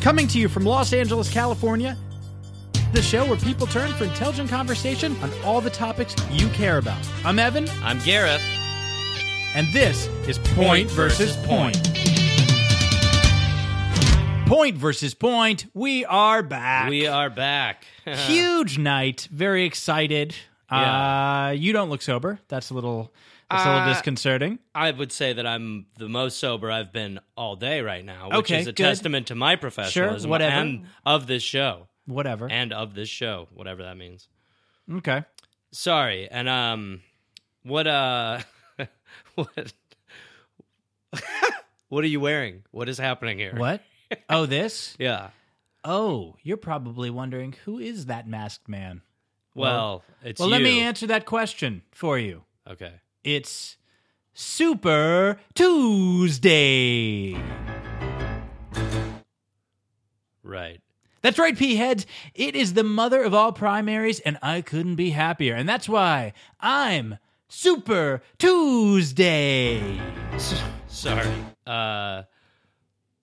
Coming to you from Los Angeles, California, the show where people turn for intelligent conversation on all the topics you care about. I'm Evan, I'm Gareth. and this is Point versus Point. Point versus Point. We are back. We are back. Huge. Huge night. Very excited. Yeah. Uh, you don't look sober. That's a little. That's a Uh, little disconcerting. I would say that I'm the most sober I've been all day right now, which Okay, is a good. testament to my professionalism whatever. and of this show Whatever. and of this show, whatever that means. okay. Sorry. And um what uh what What are you wearing? What is happening here? What? Oh, this? Yeah. Oh, you're probably wondering who is that masked man? Well, it's Well, let me you. answer that question for you. Okay. It's Super Tuesday. Right. That's right, P heads. It is the mother of all primaries, and I couldn't be happier. And that's why I'm Super Tuesday. Sorry. Uh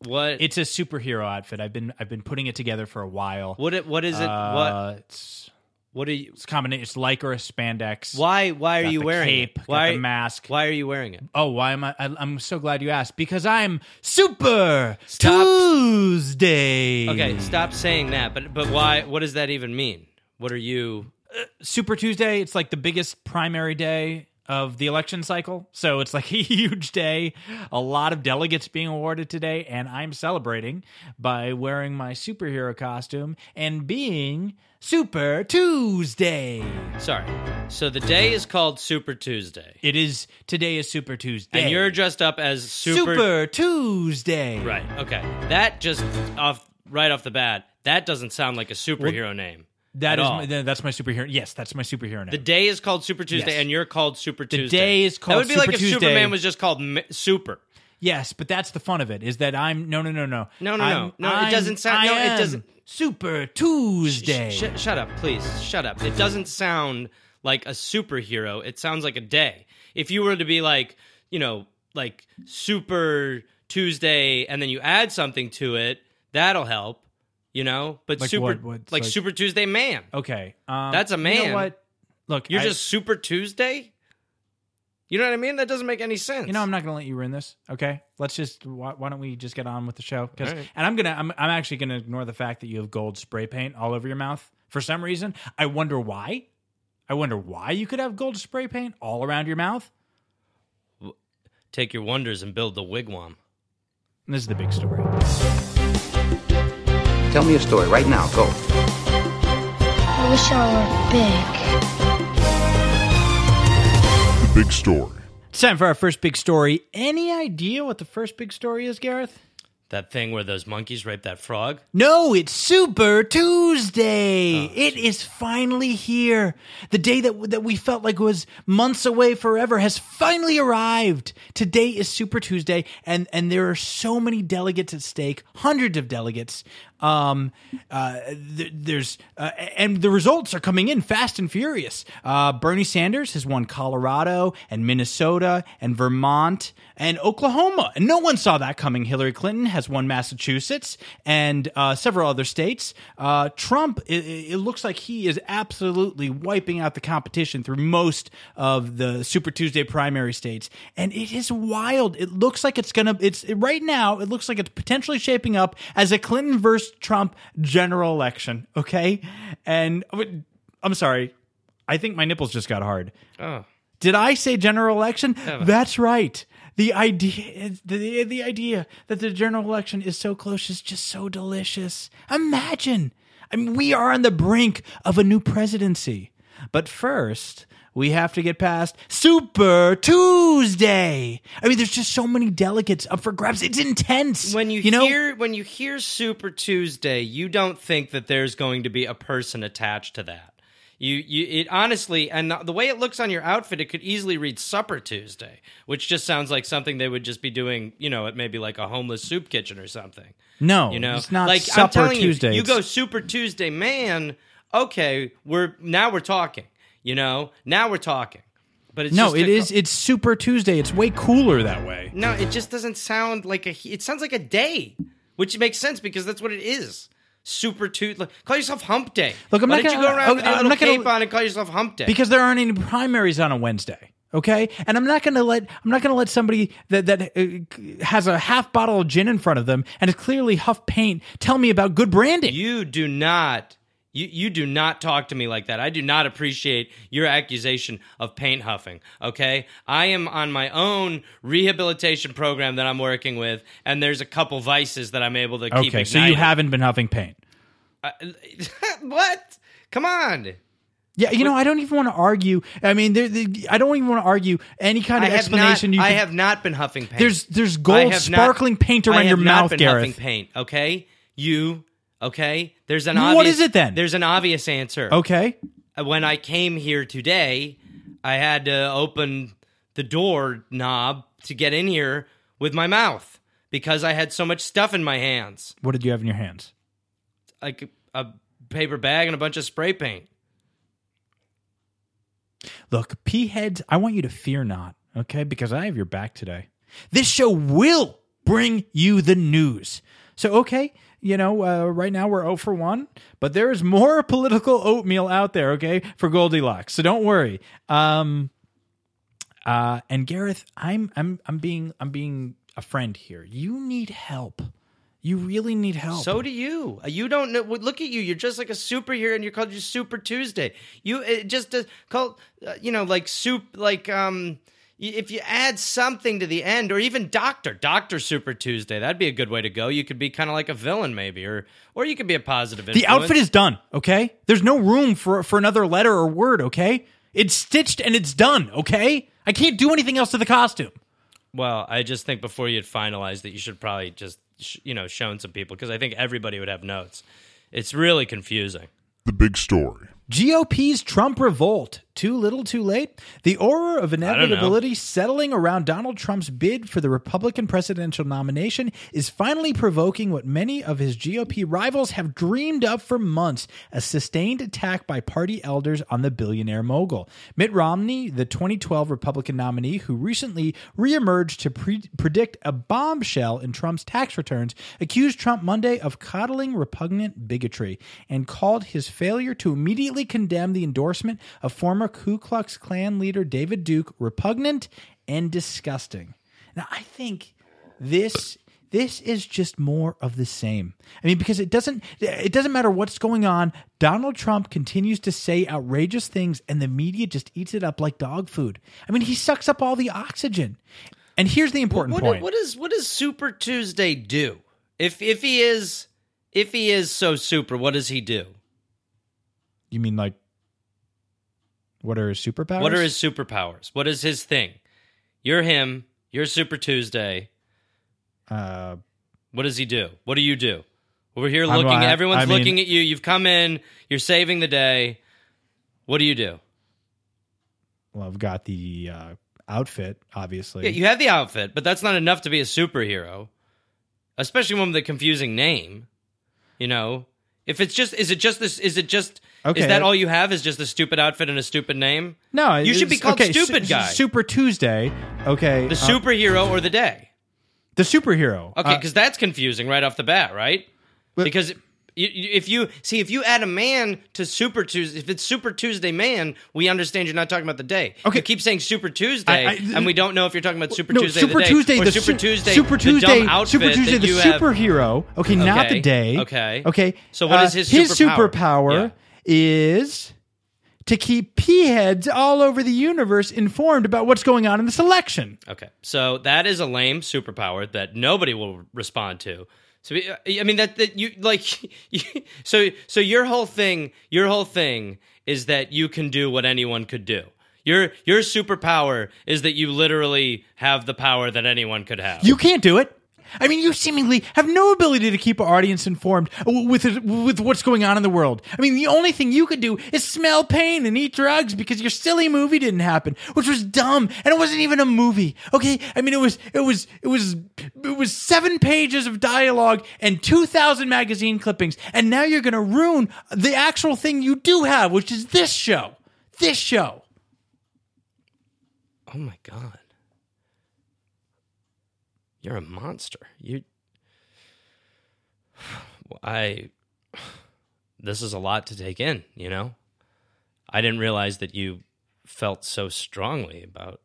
what It's a superhero outfit. I've been I've been putting it together for a while. what it, what is it? what Uh, It's what are you it's combination. It's lycra spandex. Why? Why are Got you the wearing cape, it? got Why the mask. Why are you wearing it? Oh, why am I, I? I'm so glad you asked because I'm Super Stop. Tuesday. Okay, stop saying that. But but why? What does that even mean? What are you? Super Tuesday. It's like the biggest primary day of the election cycle, so it's like a huge day. A lot of delegates being awarded today, and I'm celebrating by wearing my superhero costume and being Super Tuesday. Sorry. So the day is called Super Tuesday, It is today is Super Tuesday, and you're dressed up as Super, Super. Tuesday. Right. Okay. That just off right off the bat. That doesn't sound like a superhero name. That at is all. my, that's my superhero. Yes, that's my superhero name. the day is called Super Tuesday, Yes. and you're called Super Tuesday. day is called That would be like Super if Tuesday. Superman was just called M- Super. Yes, but that's the fun of it. Is that I'm no no no no No, no, no. I'm- No, it I'm- doesn't sound- I no, it am doesn't- Super Sh- Tuesday. sh- shut up, please. Shut up. It doesn't sound like a superhero. It sounds like a day. If you were to be like, you know, like Super Tuesday, and then you add something to it, that'll help. You know, but Like super what- what's like, like- Super Tuesday man. okay, um, That's a You man. know what? Look, You're I- just Super Tuesday. You know what I mean? That doesn't make any sense. you know I'm not gonna let you ruin this. Okay, let's just why, why don't we just get on with the show? 'Cause- All right. and I'm gonna I'm I'm actually gonna ignore the fact that you have gold spray paint all over your mouth for some reason. I wonder why. I wonder why you could have gold spray paint all around your mouth. take your wonders and build the wigwam. And this is the big story. Tell me a story right now. Go. I wish I were big. Big story. It's time for our first big story. Any idea what the first big story is, Gareth? That thing where those monkeys rape that frog. No, it's Super Tuesday. it is finally here. The day that that we felt like was months away forever has finally arrived. Today is Super Tuesday, and and there are so many delegates at stake, hundreds of delegates. Um, uh, th- there's uh, and the results are coming in fast and furious. Uh, Bernie Sanders has won Colorado and Minnesota and Vermont and Oklahoma, and no one saw that coming. Hillary Clinton has won Massachusetts and uh, several other states. Uh, Trump, i- i- it, looks like he is absolutely wiping out the competition through most of the Super Tuesday primary states, and it is wild. It looks like it's gonna. It's right now. It looks like it's potentially shaping up as a Clinton versus Trump general election. Okay, and oh, I'm sorry. I think my nipples just got hard. Oh. Did I say general election? That's right. The idea, the, the idea that the general election is so close is just so delicious. Imagine, I mean, we are on the brink of a new presidency. But first, we have to get past Super Tuesday. I mean, there's just so many delegates up for grabs. It's intense. when you, you know, hear when you hear Super Tuesday, you don't think that there's going to be a person attached to that. You you it honestly and the way it looks on your outfit, it could easily read Supper Tuesday, which just sounds like something they would just be doing, you know, at maybe like a homeless soup kitchen or something. no, You know, it's not like I'm Supper telling Tuesday. You, you It's- go Super Tuesday, man. Okay, we're now we're talking. You know, now we're talking. But it's no, just it a- is. It's Super Tuesday. It's way cooler that way. no, it just doesn't sound like a. It sounds like a day. which makes sense because that's what it is. Super Tuesday. Call yourself Hump Day. Look, I'm Why not don't gonna- you go around I'm- with your I'm little not gonna- cape on and call yourself Hump Day. because there aren't any primaries on a Wednesday. Okay, and I'm not gonna let I'm not gonna let somebody that that uh, has a half bottle of gin in front of them and is clearly huff paint tell me about good branding. you do not. You, you do not talk to me like that. I do not appreciate your accusation of paint huffing, okay? I am on my own rehabilitation program that I'm working with, and there's a couple vices that I'm able to keep okay, so you ignited. haven't been huffing paint. I- what? Come on. Yeah, you know I don't even want to argue. I mean, there, the I don't even want to argue any kind I of have, not, explanation. you I could- have not been huffing paint. There's- there's I gold have sparkling paint around I have your not mouth, been Gareth. huffing paint, okay? You, okay? There's an What obvious. is it then? There's an obvious answer. Uh, Okay, When I came here today, I had to open the door knob to get in here with my mouth because I had so much stuff in my hands, what did you have in your hands? like a paper bag and a bunch of spray paint. Look, pea heads, I want you to fear not, okay? Because I have your back today. This show will bring you the news. So, okay, you know, uh, right now we're 0 for 1, but there is more political oatmeal out there, okay, for Goldilocks. So don't worry. Um, uh, and Gareth, I'm I'm I'm being I'm being a friend here. You need help. You really need help. So do you. Uh, You don't know. well, Look at you. You're just like a superhero, and you're called just Super Tuesday. You it just does called, uh, you know, like soup, like um. y- If you add something to the end, or even Doctor Doctor Super Tuesday, that'd be a good way to go. You could be kind of like a villain, maybe, or or you could be a positive. The influence. outfit is done, okay? There's no room for for another letter or word, okay? It's stitched and it's done, okay? I can't do anything else to the costume. Well, I just think before you had finalized that, you should probably just sh- you know shown some people because I think everybody would have notes. It's really confusing. The big story. GOP's Trump revolt. Too little, too late. The aura of inevitability settling around Donald Trump's bid for the Republican presidential nomination is finally provoking what many of his GOP rivals have dreamed up for months a sustained attack by party elders on the billionaire mogul. Mitt Romney, the 2012 Republican nominee who recently reemerged to pre- predict a bombshell in Trump's tax returns, accused Trump Monday of coddling repugnant bigotry and called his failure to immediately condemn the endorsement of former Ku Klux Klan leader David Duke repugnant and disgusting. Now, I think this this is just more of the same. I mean, because it doesn't it doesn't matter what's going on. Donald Trump continues to say outrageous things, and the media just eats it up like dog food. I mean, he sucks up all the oxygen. And here's the important what, point. What does what does Super Tuesday do? If if he is if he is so super, what does he do? you mean like what are his superpowers? What are his superpowers? What is his thing? You're him. You're Super Tuesday. uh, What does he do? What do you do? We're here I'm- looking. I- everyone's I mean- looking at you. You've come in. You're saving the day. What do you do? well, I've got the uh, outfit, obviously. Yeah, you have the outfit, but that's not enough to be a superhero, especially one with a confusing name. You know, if it's just is it just this is it just Okay. is that all you have is just a stupid outfit and a stupid name? no, you should be it's- called okay, Stupid Su- Guy, Super Tuesday. Okay, the uh, superhero or the day. the superhero. Okay, Uh, because that's confusing right off the bat, right? because you- you- if you see if you add a man to Super Tuesday, if it's Super Tuesday man, we understand you're not talking about the day. Okay. you keep saying Super Tuesday, I- I- and we don't know if you're talking about Super no, Tuesday, Super the day, Tuesday, or the Super su- Tuesday, Super the Tuesday, dumb outfit Super Tuesday, that the you have. superhero. Okay, not the Okay, day. okay. okay. uh, So what is his his superpower? superpower? Yeah. Is to keep pea heads all over the universe informed about what's going on in this election. Okay, so that is a lame superpower that nobody will respond to. So I mean that that you like, so so your whole thing, your whole thing is that you can do what anyone could do. Your your superpower is that you literally have the power that anyone could have. You can't do it. I mean, you seemingly have no ability to keep our audience informed w- with with what's going on in the world. I mean, the only thing you could do is smell pain and eat drugs because your silly movie didn't happen, which was dumb, and it wasn't even a movie. Okay, I mean, it was it was it was it was seven pages of dialogue and two thousand magazine clippings, and now you're gonna ruin the actual thing you do have, which is this show. This show. oh my god, you're a monster. You I this is a lot to take in, you know? I didn't realize that you felt so strongly about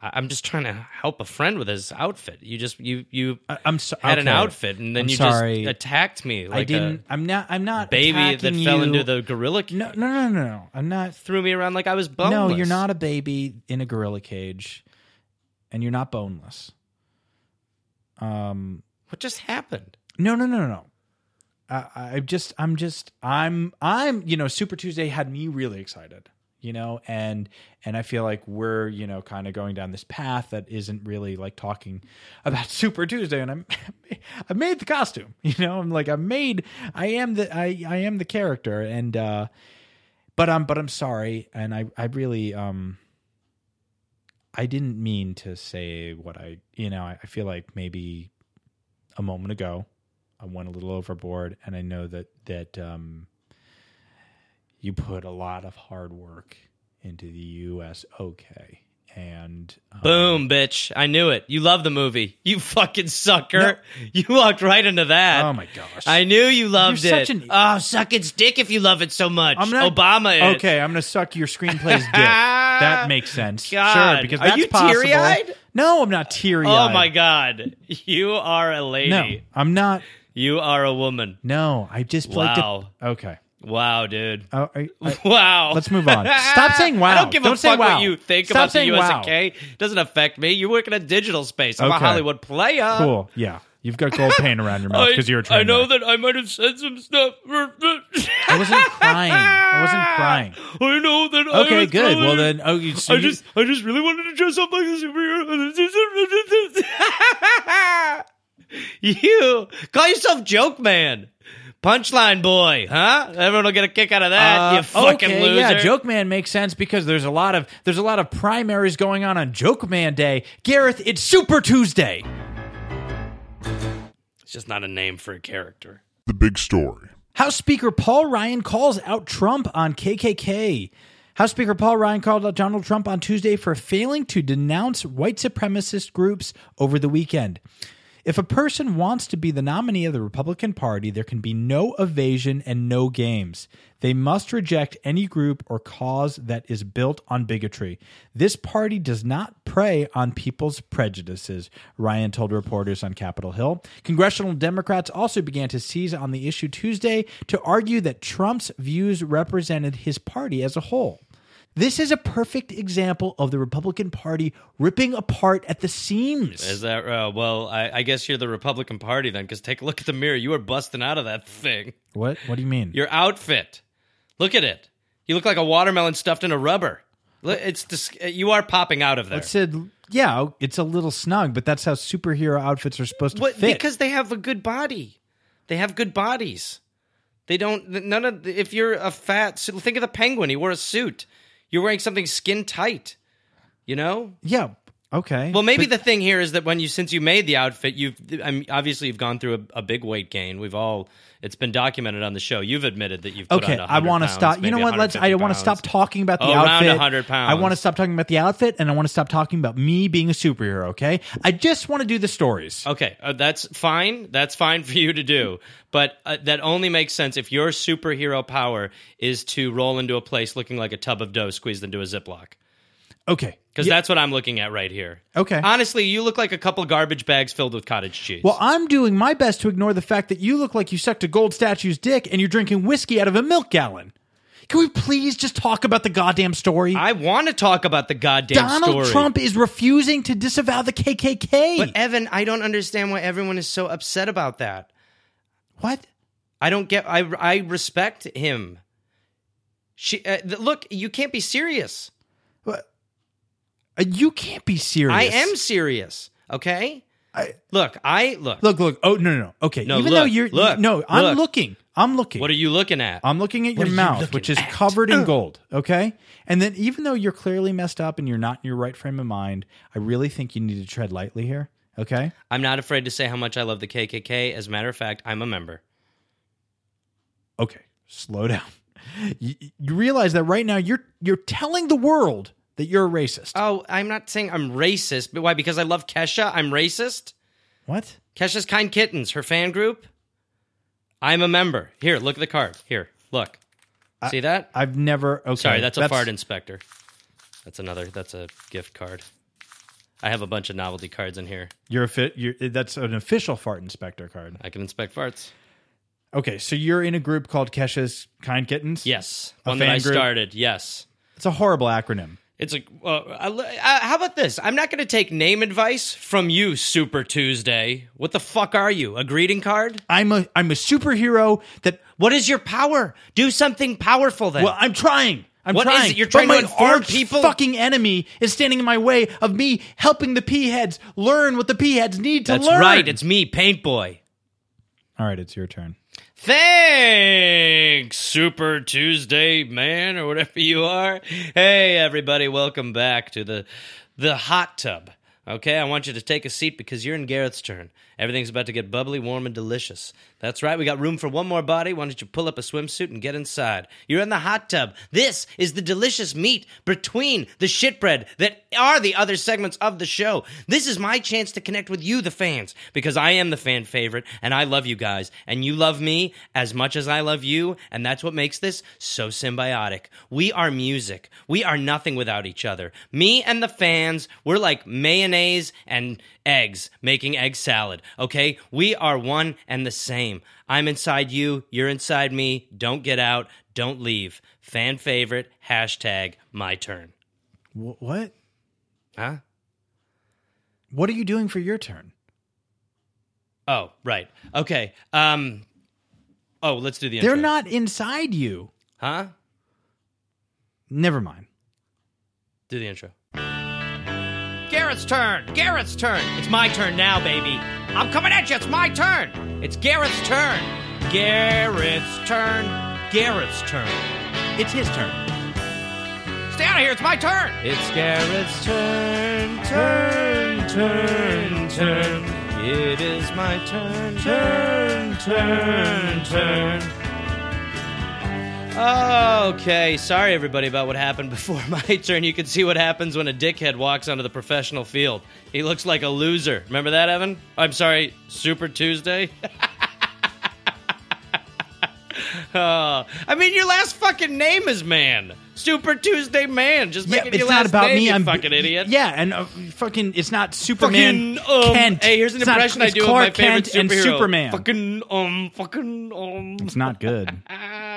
I, I'm just trying to help a friend with his outfit. You just you you I, am sorry. had an outfit and then I'm you sorry. just attacked me like I didn't. a i I'm not. I'm not. baby that attacking fell you. into the gorilla cage. No, no, no, no, no. I'm not. Threw me around like I was No, boneless. you're not a baby in a gorilla cage, and you're not boneless. Um. What just happened? No, no, no, no, no. I, I just, I'm just, I'm, I'm, you know, Super Tuesday had me really excited, you know, and, and I feel like we're, you know, kind of going down this path that isn't really like talking about Super Tuesday. And I'm, I made the costume, you know, I'm like, I made, I am the, I, I am the character. And, uh, but I'm, but I'm sorry. And I, I really, um, I didn't mean to say what I, you know, I, I feel like maybe a moment ago. I went a little overboard, and I know that that um, you put a lot of hard work into the U.S. Okay, and um, Boom, bitch. I knew it. You love the movie. You fucking sucker. You walked right into that. Oh my gosh! I knew you loved You're it. such an- oh, suck its dick if you love it so much. I'm not- Obama. It. Okay, I'm gonna suck your screenplay's dick. That makes sense. God. Sure, because Are that's you possible. teary-eyed? No, I'm not teary. Oh my god. You are a lady. No, I'm not. You are a woman. No, I just played. Wow. Okay. Wow, dude. Oh, I, I, Wow. Let's move on. Stop saying wow. I don't give a Don't say fuck wow. what you think Stop about the saying wow. USK. Doesn't affect me. You work in a digital space. I'm a Okay. Hollywood player. cool. Yeah, you've got gold paint around your mouth I, because you're a train I know wreck. that I might have said some stuff. I wasn't crying. I wasn't crying. Ah! I know that. I Okay, was good. Well probably- then, oh, you, so I you- just, I just really wanted to dress up like a superhero. you call yourself joke man, punchline boy, huh? Everyone will get a kick out of that. uh, you fucking okay, loser. Yeah, Joke Man makes sense because there's a lot of there's a lot of primaries going on on Joke Man Day. Gareth, it's Super Tuesday. It's just not a name for a character. The big story. House Speaker Paul Ryan calls out Trump on KKK. House Speaker Paul Ryan called out Donald Trump on Tuesday for failing to denounce white supremacist groups over the weekend. If a person wants to be the nominee of the Republican Party, there can be no evasion and no games. They must reject any group or cause that is built on bigotry. This party does not prey on people's prejudices, Ryan told reporters on Capitol Hill. Congressional Democrats also began to seize on the issue Tuesday to argue that Trump's views represented his party as a whole. This is a perfect example of the Republican Party ripping apart at the seams. Is that uh, well? I, I guess you're the Republican Party then, because take a look at the mirror. You are busting out of that thing. What? What do you mean? Your outfit. Look at it. You look like a watermelon stuffed in a rubber. Look, It's dis- you are popping out of there. It said, yeah, it's a little snug, but that's how superhero outfits are supposed to What- fit. because they have a good body. They have good bodies. They don't. None of. If you're a fat, so think of the penguin. He wore a suit. You're wearing something skin tight. You know. yeah, okay. Well, maybe the thing here is that when you since you made the outfit, you've I mean, obviously you've gone through a, a big weight gain. We've all it's been documented on the show. You've admitted that you've put okay. on I want to 100 stop. pounds, You know maybe what? Let's. I 150 want to pounds. Oh, stop talking about the Around outfit. 100 pounds. I want to stop talking about the outfit, and I want to stop talking about me being a superhero. Okay. I just want to do the stories. Okay, uh, that's fine. That's fine for you to do, but uh, that only makes sense if your superhero power is to roll into a place looking like a tub of dough squeezed into a ziploc. Oh. Okay. Because that's what I'm looking at right here. Okay. Honestly, you look like a couple garbage bags filled with cottage cheese. Well, I'm doing my best to ignore the fact that you look like you sucked a gold statue's dick and you're drinking whiskey out of a milk gallon. Can we please just talk about the goddamn story? I want to talk about the goddamn Donald story. Trump is refusing to disavow the KKK. But eh, Evan, I don't understand why everyone is so upset about that. what? I don't get. I I respect him. She uh, th- look. You can't be serious. What? Uh, You can't be serious. I am serious. Okay. I- look. I look. Look, look. Oh no, no, no. Okay. No, Even though look, you're look, no, I'm look. looking. I'm looking. What are you looking at? I'm looking at your are you mouth, looking which is at? covered in gold. Okay. And then, even though you're clearly messed up and you're not in your right frame of mind, I really think you need to tread lightly here. Okay. I'm not afraid to say how much I love the KKK. As a matter of fact, I'm a member. Okay. Slow down. You, you realize that right now you're you're telling the world that you're a racist. Oh, I'm not saying I'm racist, but why? Because I love Kesha. I'm racist. what? Kesha's Kind Kittens, her fan group. I'm a member. Here, look at the card. Here, look. See that? I've never. Okay, Sorry, that's a fart inspector. That's another. That's a gift card. I have a bunch of novelty cards in here. You're a fit. You're, that's an official fart inspector card. I can inspect farts. Okay, so you're in a group called Kesha's Kind Kittens. Yes, A one that fan I group. started. Yes, it's a horrible acronym. it's a. Uh, I, I- how about this? I'm not going to take name advice from you, Super Tuesday. What the fuck are you? A greeting card? I'm a I'm a superhero that. What is your power? Do something powerful then. Well, I'm trying. I'm What is trying. it? You're But trying to my inform arch people? Fucking enemy is standing in my way of me helping the pea heads learn what the pea heads need to that's learn. right. It's me, Paint Boy. all right. It's your turn. Thanks, Super Tuesday man, or whatever you are. Hey, everybody, welcome back to the the hot tub. Okay, I want you to take a seat because you're in Gareth's turn. Everything's about to get bubbly, warm, and delicious. That's right, we got room for one more body. Why don't you pull up a swimsuit and get inside? You're in the hot tub. This is the delicious meat between the shitbread that are the other segments of the show. This is my chance to connect with you, the fans, because I am the fan favorite and I love you guys and you love me as much as I love you. And that's what makes this so symbiotic. We are music. We are nothing without each other. Me and the fans, we're like mayonnaise and eggs making egg salad. Okay. We are one and the same. I'm inside you. You're inside me. Don't get out. Don't leave. Fan favorite. Hashtag my turn. Wh- what? Huh? What are you doing for your turn? Oh, right. Okay. Um Oh, let's do the They're intro. not inside you. Huh? Never mind. Do the intro. Garrett's turn. Garrett's turn. It's my turn now, baby. I'm coming at you. It's my turn. It's Garrett's turn. Garrett's turn. Garrett's turn. It's his turn. Stay out of here. It's my turn. It's Garrett's turn. Turn, turn, turn. It is my turn. Turn, turn, turn. Okay, sorry everybody about what happened before my turn. You can see what happens when a dickhead walks onto the professional field. He looks like a loser. Remember that, Evan? I'm sorry, Super Tuesday? Oh, I mean, your last fucking name is Man. Super Tuesday Man. Just make yeah, it your it's not last about name, me. you I'm fucking idiot. Yeah, and uh, fucking, it's not Superman. Fucking, um, Kent. Hey, here's an It's not- impression I it's do Clark of my favorite Kent and superhero. Superman. Fucking um, fucking um. It's not good.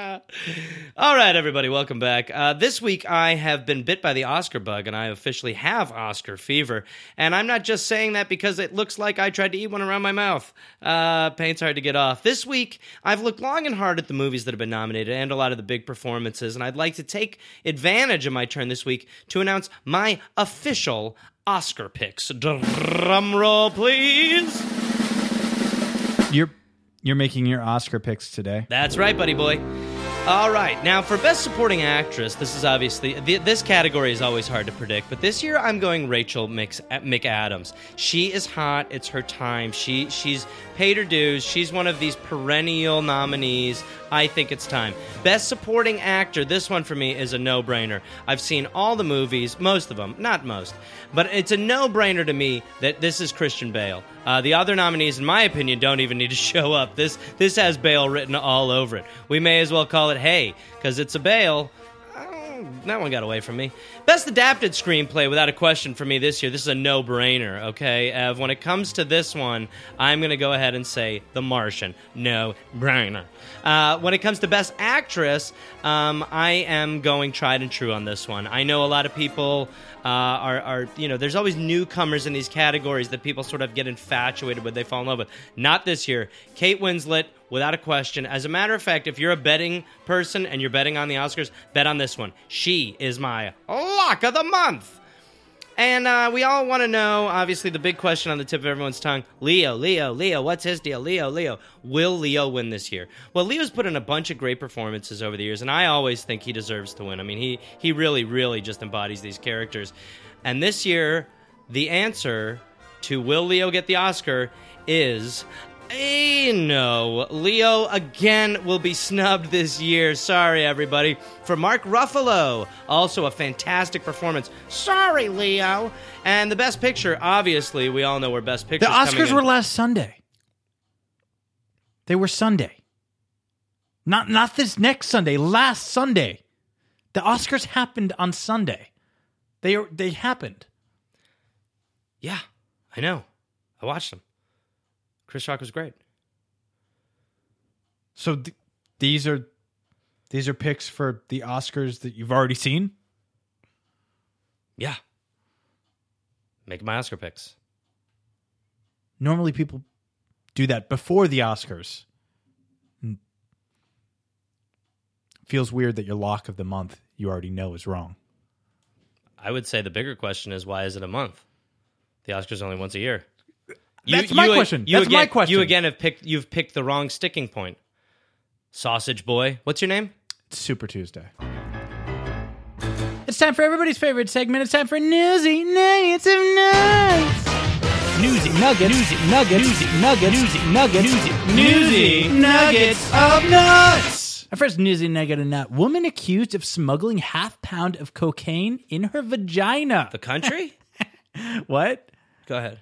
Ah. All right, everybody, welcome back. Uh, this week, I have been bit by the Oscar bug, and I officially have Oscar fever. And I'm not just saying that because it looks like I tried to eat one around my mouth. Uh, pain's hard to get off. This week, I've looked long and hard at the movies that have been nominated and a lot of the big performances, and I'd like to take advantage of my turn this week to announce my official Oscar picks. Drum roll, please. you're you're making your Oscar picks today. That's right, buddy boy. All right, now for Best Supporting Actress, this is obviously th- this category is always hard to predict, but this year I'm going Rachel Mix- McAdams. She is hot; it's her time. She she's paid her dues. She's one of these perennial nominees. I think it's time. Best Supporting Actor, this one for me is a no-brainer. I've seen all the movies, most of them, not most, but it's a no-brainer to me that this is Christian Bale. Uh, the other nominees, in my opinion, don't even need to show up. This this has Bale written all over it. We may as well call it Hey, because it's a Bale. Oh, That one got away from me. Best adapted screenplay, without a question, for me this year. This is a no brainer, okay? Ev, when it comes to this one, I'm going to go ahead and say The Martian. No brainer. Uh, when it comes to best actress, um, I am going tried and true on this one. I know a lot of people uh, are, are, you know, there's always newcomers in these categories that people sort of get infatuated with, they fall in love with. Not this year. Kate Winslet, without a question. As a matter of fact, if you're a betting person and you're betting on the Oscars, bet on this one. She is my lock of the month. And uh, we all want to know, obviously, the big question on the tip of everyone's tongue Leo, Leo, Leo, what's his deal? Leo, Leo. Will Leo win this year? Well, Leo's put in a bunch of great performances over the years, and I always think he deserves to win. I mean, he, he really, really just embodies these characters. And this year, the answer to Will Leo get the Oscar is Eh, no. Leo again will be snubbed this year. Sorry, everybody. For Mark Ruffalo, also a fantastic performance. Sorry, Leo. And the best picture, obviously, we all know where best The picture. Oscars were last Sunday. They were Sunday. Not not this next Sunday, last Sunday. The Oscars happened on Sunday. They are they happened. Yeah, I know. I watched them. Chris Rock was great. So th- these are these are picks for the Oscars that you've already seen. Yeah. Make my Oscar picks. Normally people do that before the Oscars. Mm. Feels weird that your lock of the month you already know is wrong. I would say the bigger question is why is it a month? The Oscars only once a year. That's my question. That's again, my question. You again have picked. You've picked the wrong sticking point. Sausage boy. What's your name? It's Super Tuesday. It's time for everybody's favorite segment. It's time for Newsy Nuggets of Nuggets. Newsy Nuggets. Newsy Nuggets. Newsy Nuggets. Newsy Nuggets. Newsy, Nuggets of Nuts. Our first Newsy Nugget of Nut. Woman accused of smuggling half pound of cocaine in her vagina. The country. What? Go ahead.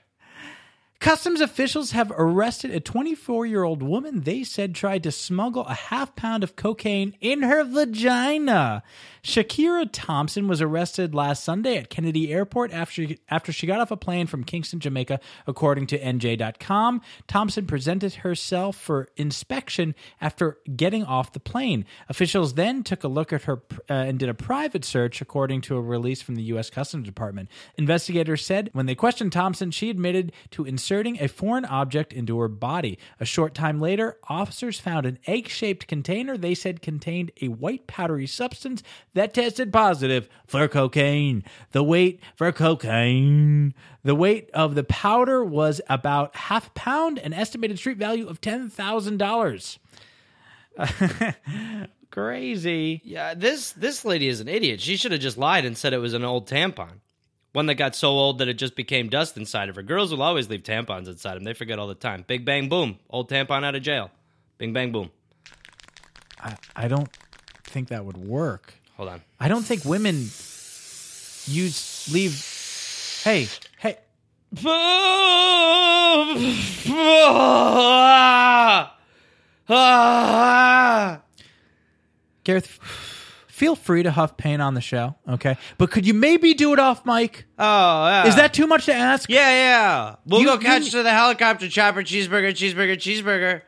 Customs officials have arrested a 24 year old woman they said tried to smuggle a half pound of cocaine in her vagina. Shakira Thompson was arrested last Sunday at Kennedy Airport after she, after she got off a plane from Kingston, Jamaica, according to NJ.com. Thompson presented herself for inspection after getting off the plane. Officials then took a look at her uh, and did a private search, according to a release from the U.S. Customs Department. Investigators said when they questioned Thompson, she admitted to inserting a foreign object into her body. A short time later, officers found an egg shaped container they said contained a white powdery substance that tested positive for cocaine. The weight for cocaine. The weight of the powder was about half a pound, an estimated street value of $10,000. Crazy. Yeah, this this lady is an idiot. She should have just lied and said it was an old tampon. One that got so old that it just became dust inside of her. Girls will always leave tampons inside them. They forget all the time. Big bang boom. Old tampon out of jail. Bing bang boom. I, I don't think that would work. Hold on. I don't think women use leave. Hey, hey, Oh, Gareth, feel free to huff pain on the show, okay? But could you maybe do it off mic? Oh, yeah. Is that too much to ask? Yeah, yeah. We'll You- go you- catch to the helicopter chopper, cheeseburger, cheeseburger, cheeseburger.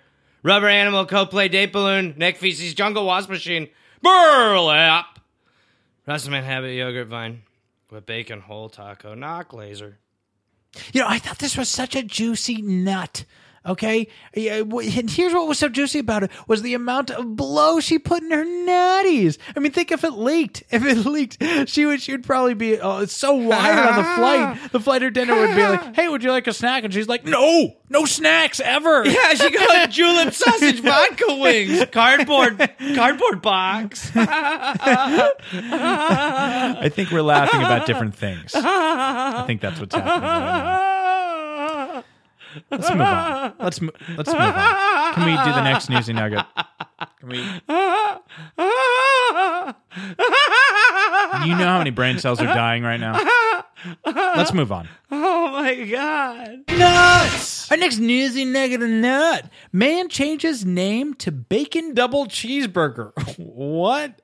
Rubber animal, co-play, date balloon, neck feces, jungle wasp machine, burlap. Russman habit, yogurt vine, with bacon, whole taco, knock laser. You know, I thought this was such a juicy nut. Okay, Yeah, w- and here's what was so juicy about it was the amount of blow she put in her natties. I mean, think if it leaked. If it leaked, she would she would probably be oh, so wired on the flight. The flight attendant would be like, "Hey, would you like a snack?" And she's like, "No, no snacks ever." Yeah, she got julep sausage vodka wings, cardboard, cardboard box. I think we're laughing about different things. I think that's what's happening. Let's move on. Let's mo- let's move on. Can we do the next newsy nugget? Can we? You know how many brain cells are dying right now. Let's move on. oh my god. Nuts. Our next newsy nugget of nut. Man changes name to Bacon Double Cheeseburger. what?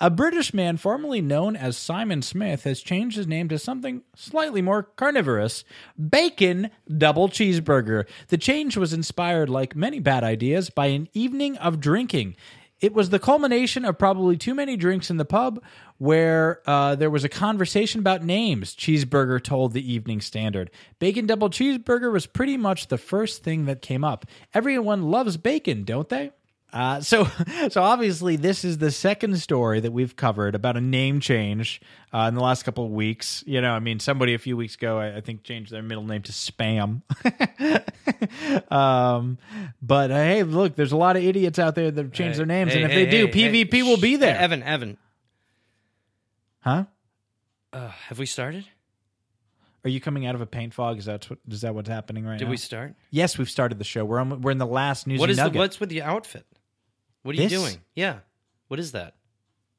A British man formerly known as Simon Smith has changed his name to something slightly more carnivorous Bacon Double Cheeseburger. The change was inspired, like many bad ideas, by an evening of drinking. It was the culmination of probably too many drinks in the pub where uh, there was a conversation about names, Cheeseburger told the Evening Standard. Bacon Double Cheeseburger was pretty much the first thing that came up. Everyone loves bacon, don't they? Uh, so, so obviously, this is the second story that we've covered about a name change uh, in the last couple of weeks. You know, I mean, somebody a few weeks ago, I, I think, changed their middle name to Spam. um, but uh, hey, look, there's a lot of idiots out there that have changed their names, Hey, and if hey, they do, hey, hey, PvP will be shh, there. Evan, Evan, Huh? uh, have we started? Are you coming out of a paint fog? Is that what, is that what's happening right Did now? we start? yes, we've started the show. We're on, we're in the last news. What is nugget. the what's with the outfit? What are This? you doing? Yeah. What is that?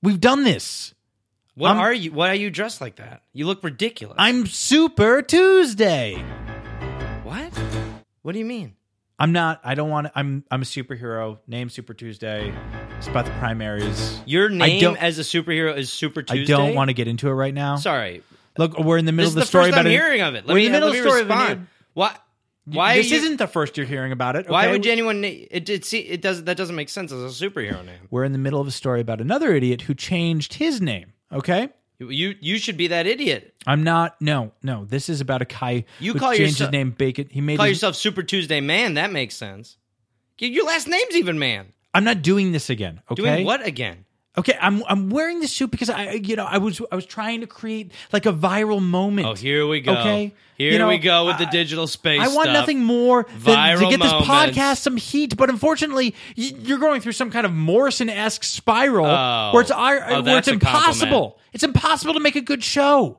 We've done this. What I'm- are you? Why are you dressed like that? You look ridiculous. I'm Super Tuesday. what? What do you mean? I'm not. I don't want. I'm. I'm a superhero. Name Super Tuesday. It's about the primaries. Your name don't- as a superhero is Super Tuesday. I don't want to get into it right now. Sorry, Look, we're in the middle of this is the, story the first about I'm it. hearing of it. Let we're me in the middle let of the me story of respond. an- Why? Why this you- isn't the first you're hearing about it. Why okay? would anyone? na- It did see. It does. That doesn't make sense as a superhero name. We're in the middle of a story about another idiot who changed his name. Okay, You you should be that idiot. I'm not. No, no. This is about a guy You who call changed yourself- his name Bacon. He made. Call his- yourself Super Tuesday Man. That makes sense. Y- Your last name's even Man. I'm not doing this again. Okay. Doing what again? Okay. I'm I'm wearing this suit because I you know I was I was trying to create like a viral moment. Oh, here we go. Okay. Here You know, we go with the I- digital space. I want stuff. nothing more than to Viral get this moments. podcast some heat, but unfortunately, y- you're going through some kind of Morrison-esque spiral Oh. where it's ir- Oh, where it's that's a compliment. impossible. It's impossible to make a good show.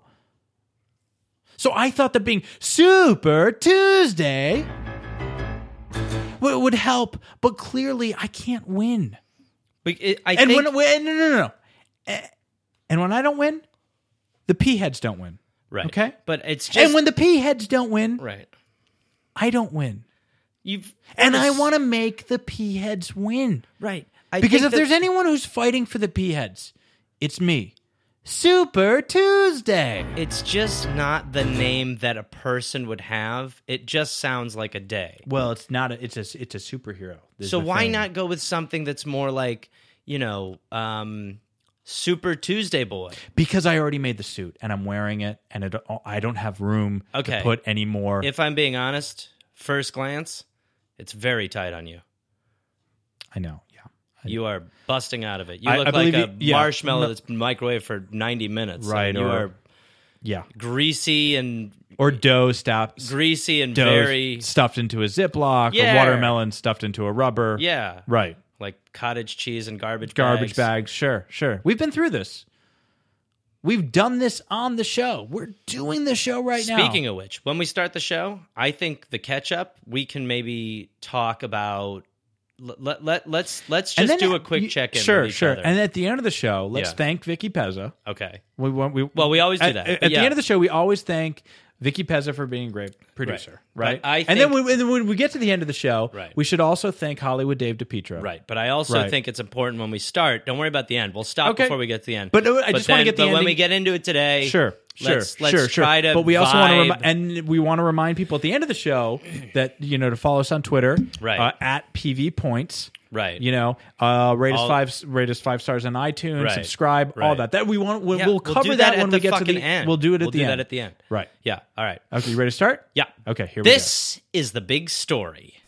So I thought that being Super Tuesday w- would help, but clearly I can't win. But it- I And think when when no no no, no. Eh, and when I don't win, the p heads don't win. right. okay. but it's just and when the p heads don't win, right. I don't win. You've And I Yes. want to make the pea heads win. right I because think if that- there's anyone who's fighting for the pea heads, it's me. Super Tuesday. It's just not the name that a person would have. It just sounds like a day. Well, it's not a it's a it's a superhero. is so the why thing. not go with something that's more like, you know, um Super Tuesday Boy? Because I already made the suit and I'm wearing it and it, I don't have room Okay. to put any more. If I'm being honest, first glance, it's very tight on you. I know. Yeah. You are busting out of it. You I- look I like believe a you- yeah. marshmallow No- that's been microwaved for 90 minutes. Right, And you or- are Yeah. greasy and Or dough stops greasy and dough very stuffed into a Ziploc Yeah. or watermelon stuffed into a rubber. yeah, Right. like cottage cheese and garbage garbage bags. bags. Sure, sure. We've been through this. We've done this on the show. We're doing the show right now. Speaking of which, when we start the show, I think the catch up we can maybe talk about. Let, let, let's let's just do a quick check in. Sure, with each sure. Other. And at the end of the show, let's Yeah. thank Vicky Pezza. okay, We, want we Well, we always do at- that, At, but the yeah. end of the show, we always thank Vicky Pezza for being a great producer, right? But I and then think- when, and when we get to the end of the show, Right. we should also thank Hollywood Dave DePietro, right. But I also Right. think it's important when we start. Don't worry about the end. We'll stop Okay. before we get to the end. But, uh, I just wanna then- get the But when ending- we get into it today, Sure, sure, let's, let's sure, sure. try to. but we also want to, vibe. and we want to remind people at the end of the show that you know to follow us on Twitter, Right. uh, At PV Points, Right. You know, uh, rate All- us five, rate us five stars on iTunes, Right. subscribe, all Right. that. That we want, we'll, Yeah, we'll cover do that, at when the we get to fucking the end. We'll do it at the do end. that at the end. Right. Yeah. All right. Okay, you ready to start? Yeah. Okay, here we go. This is the big story.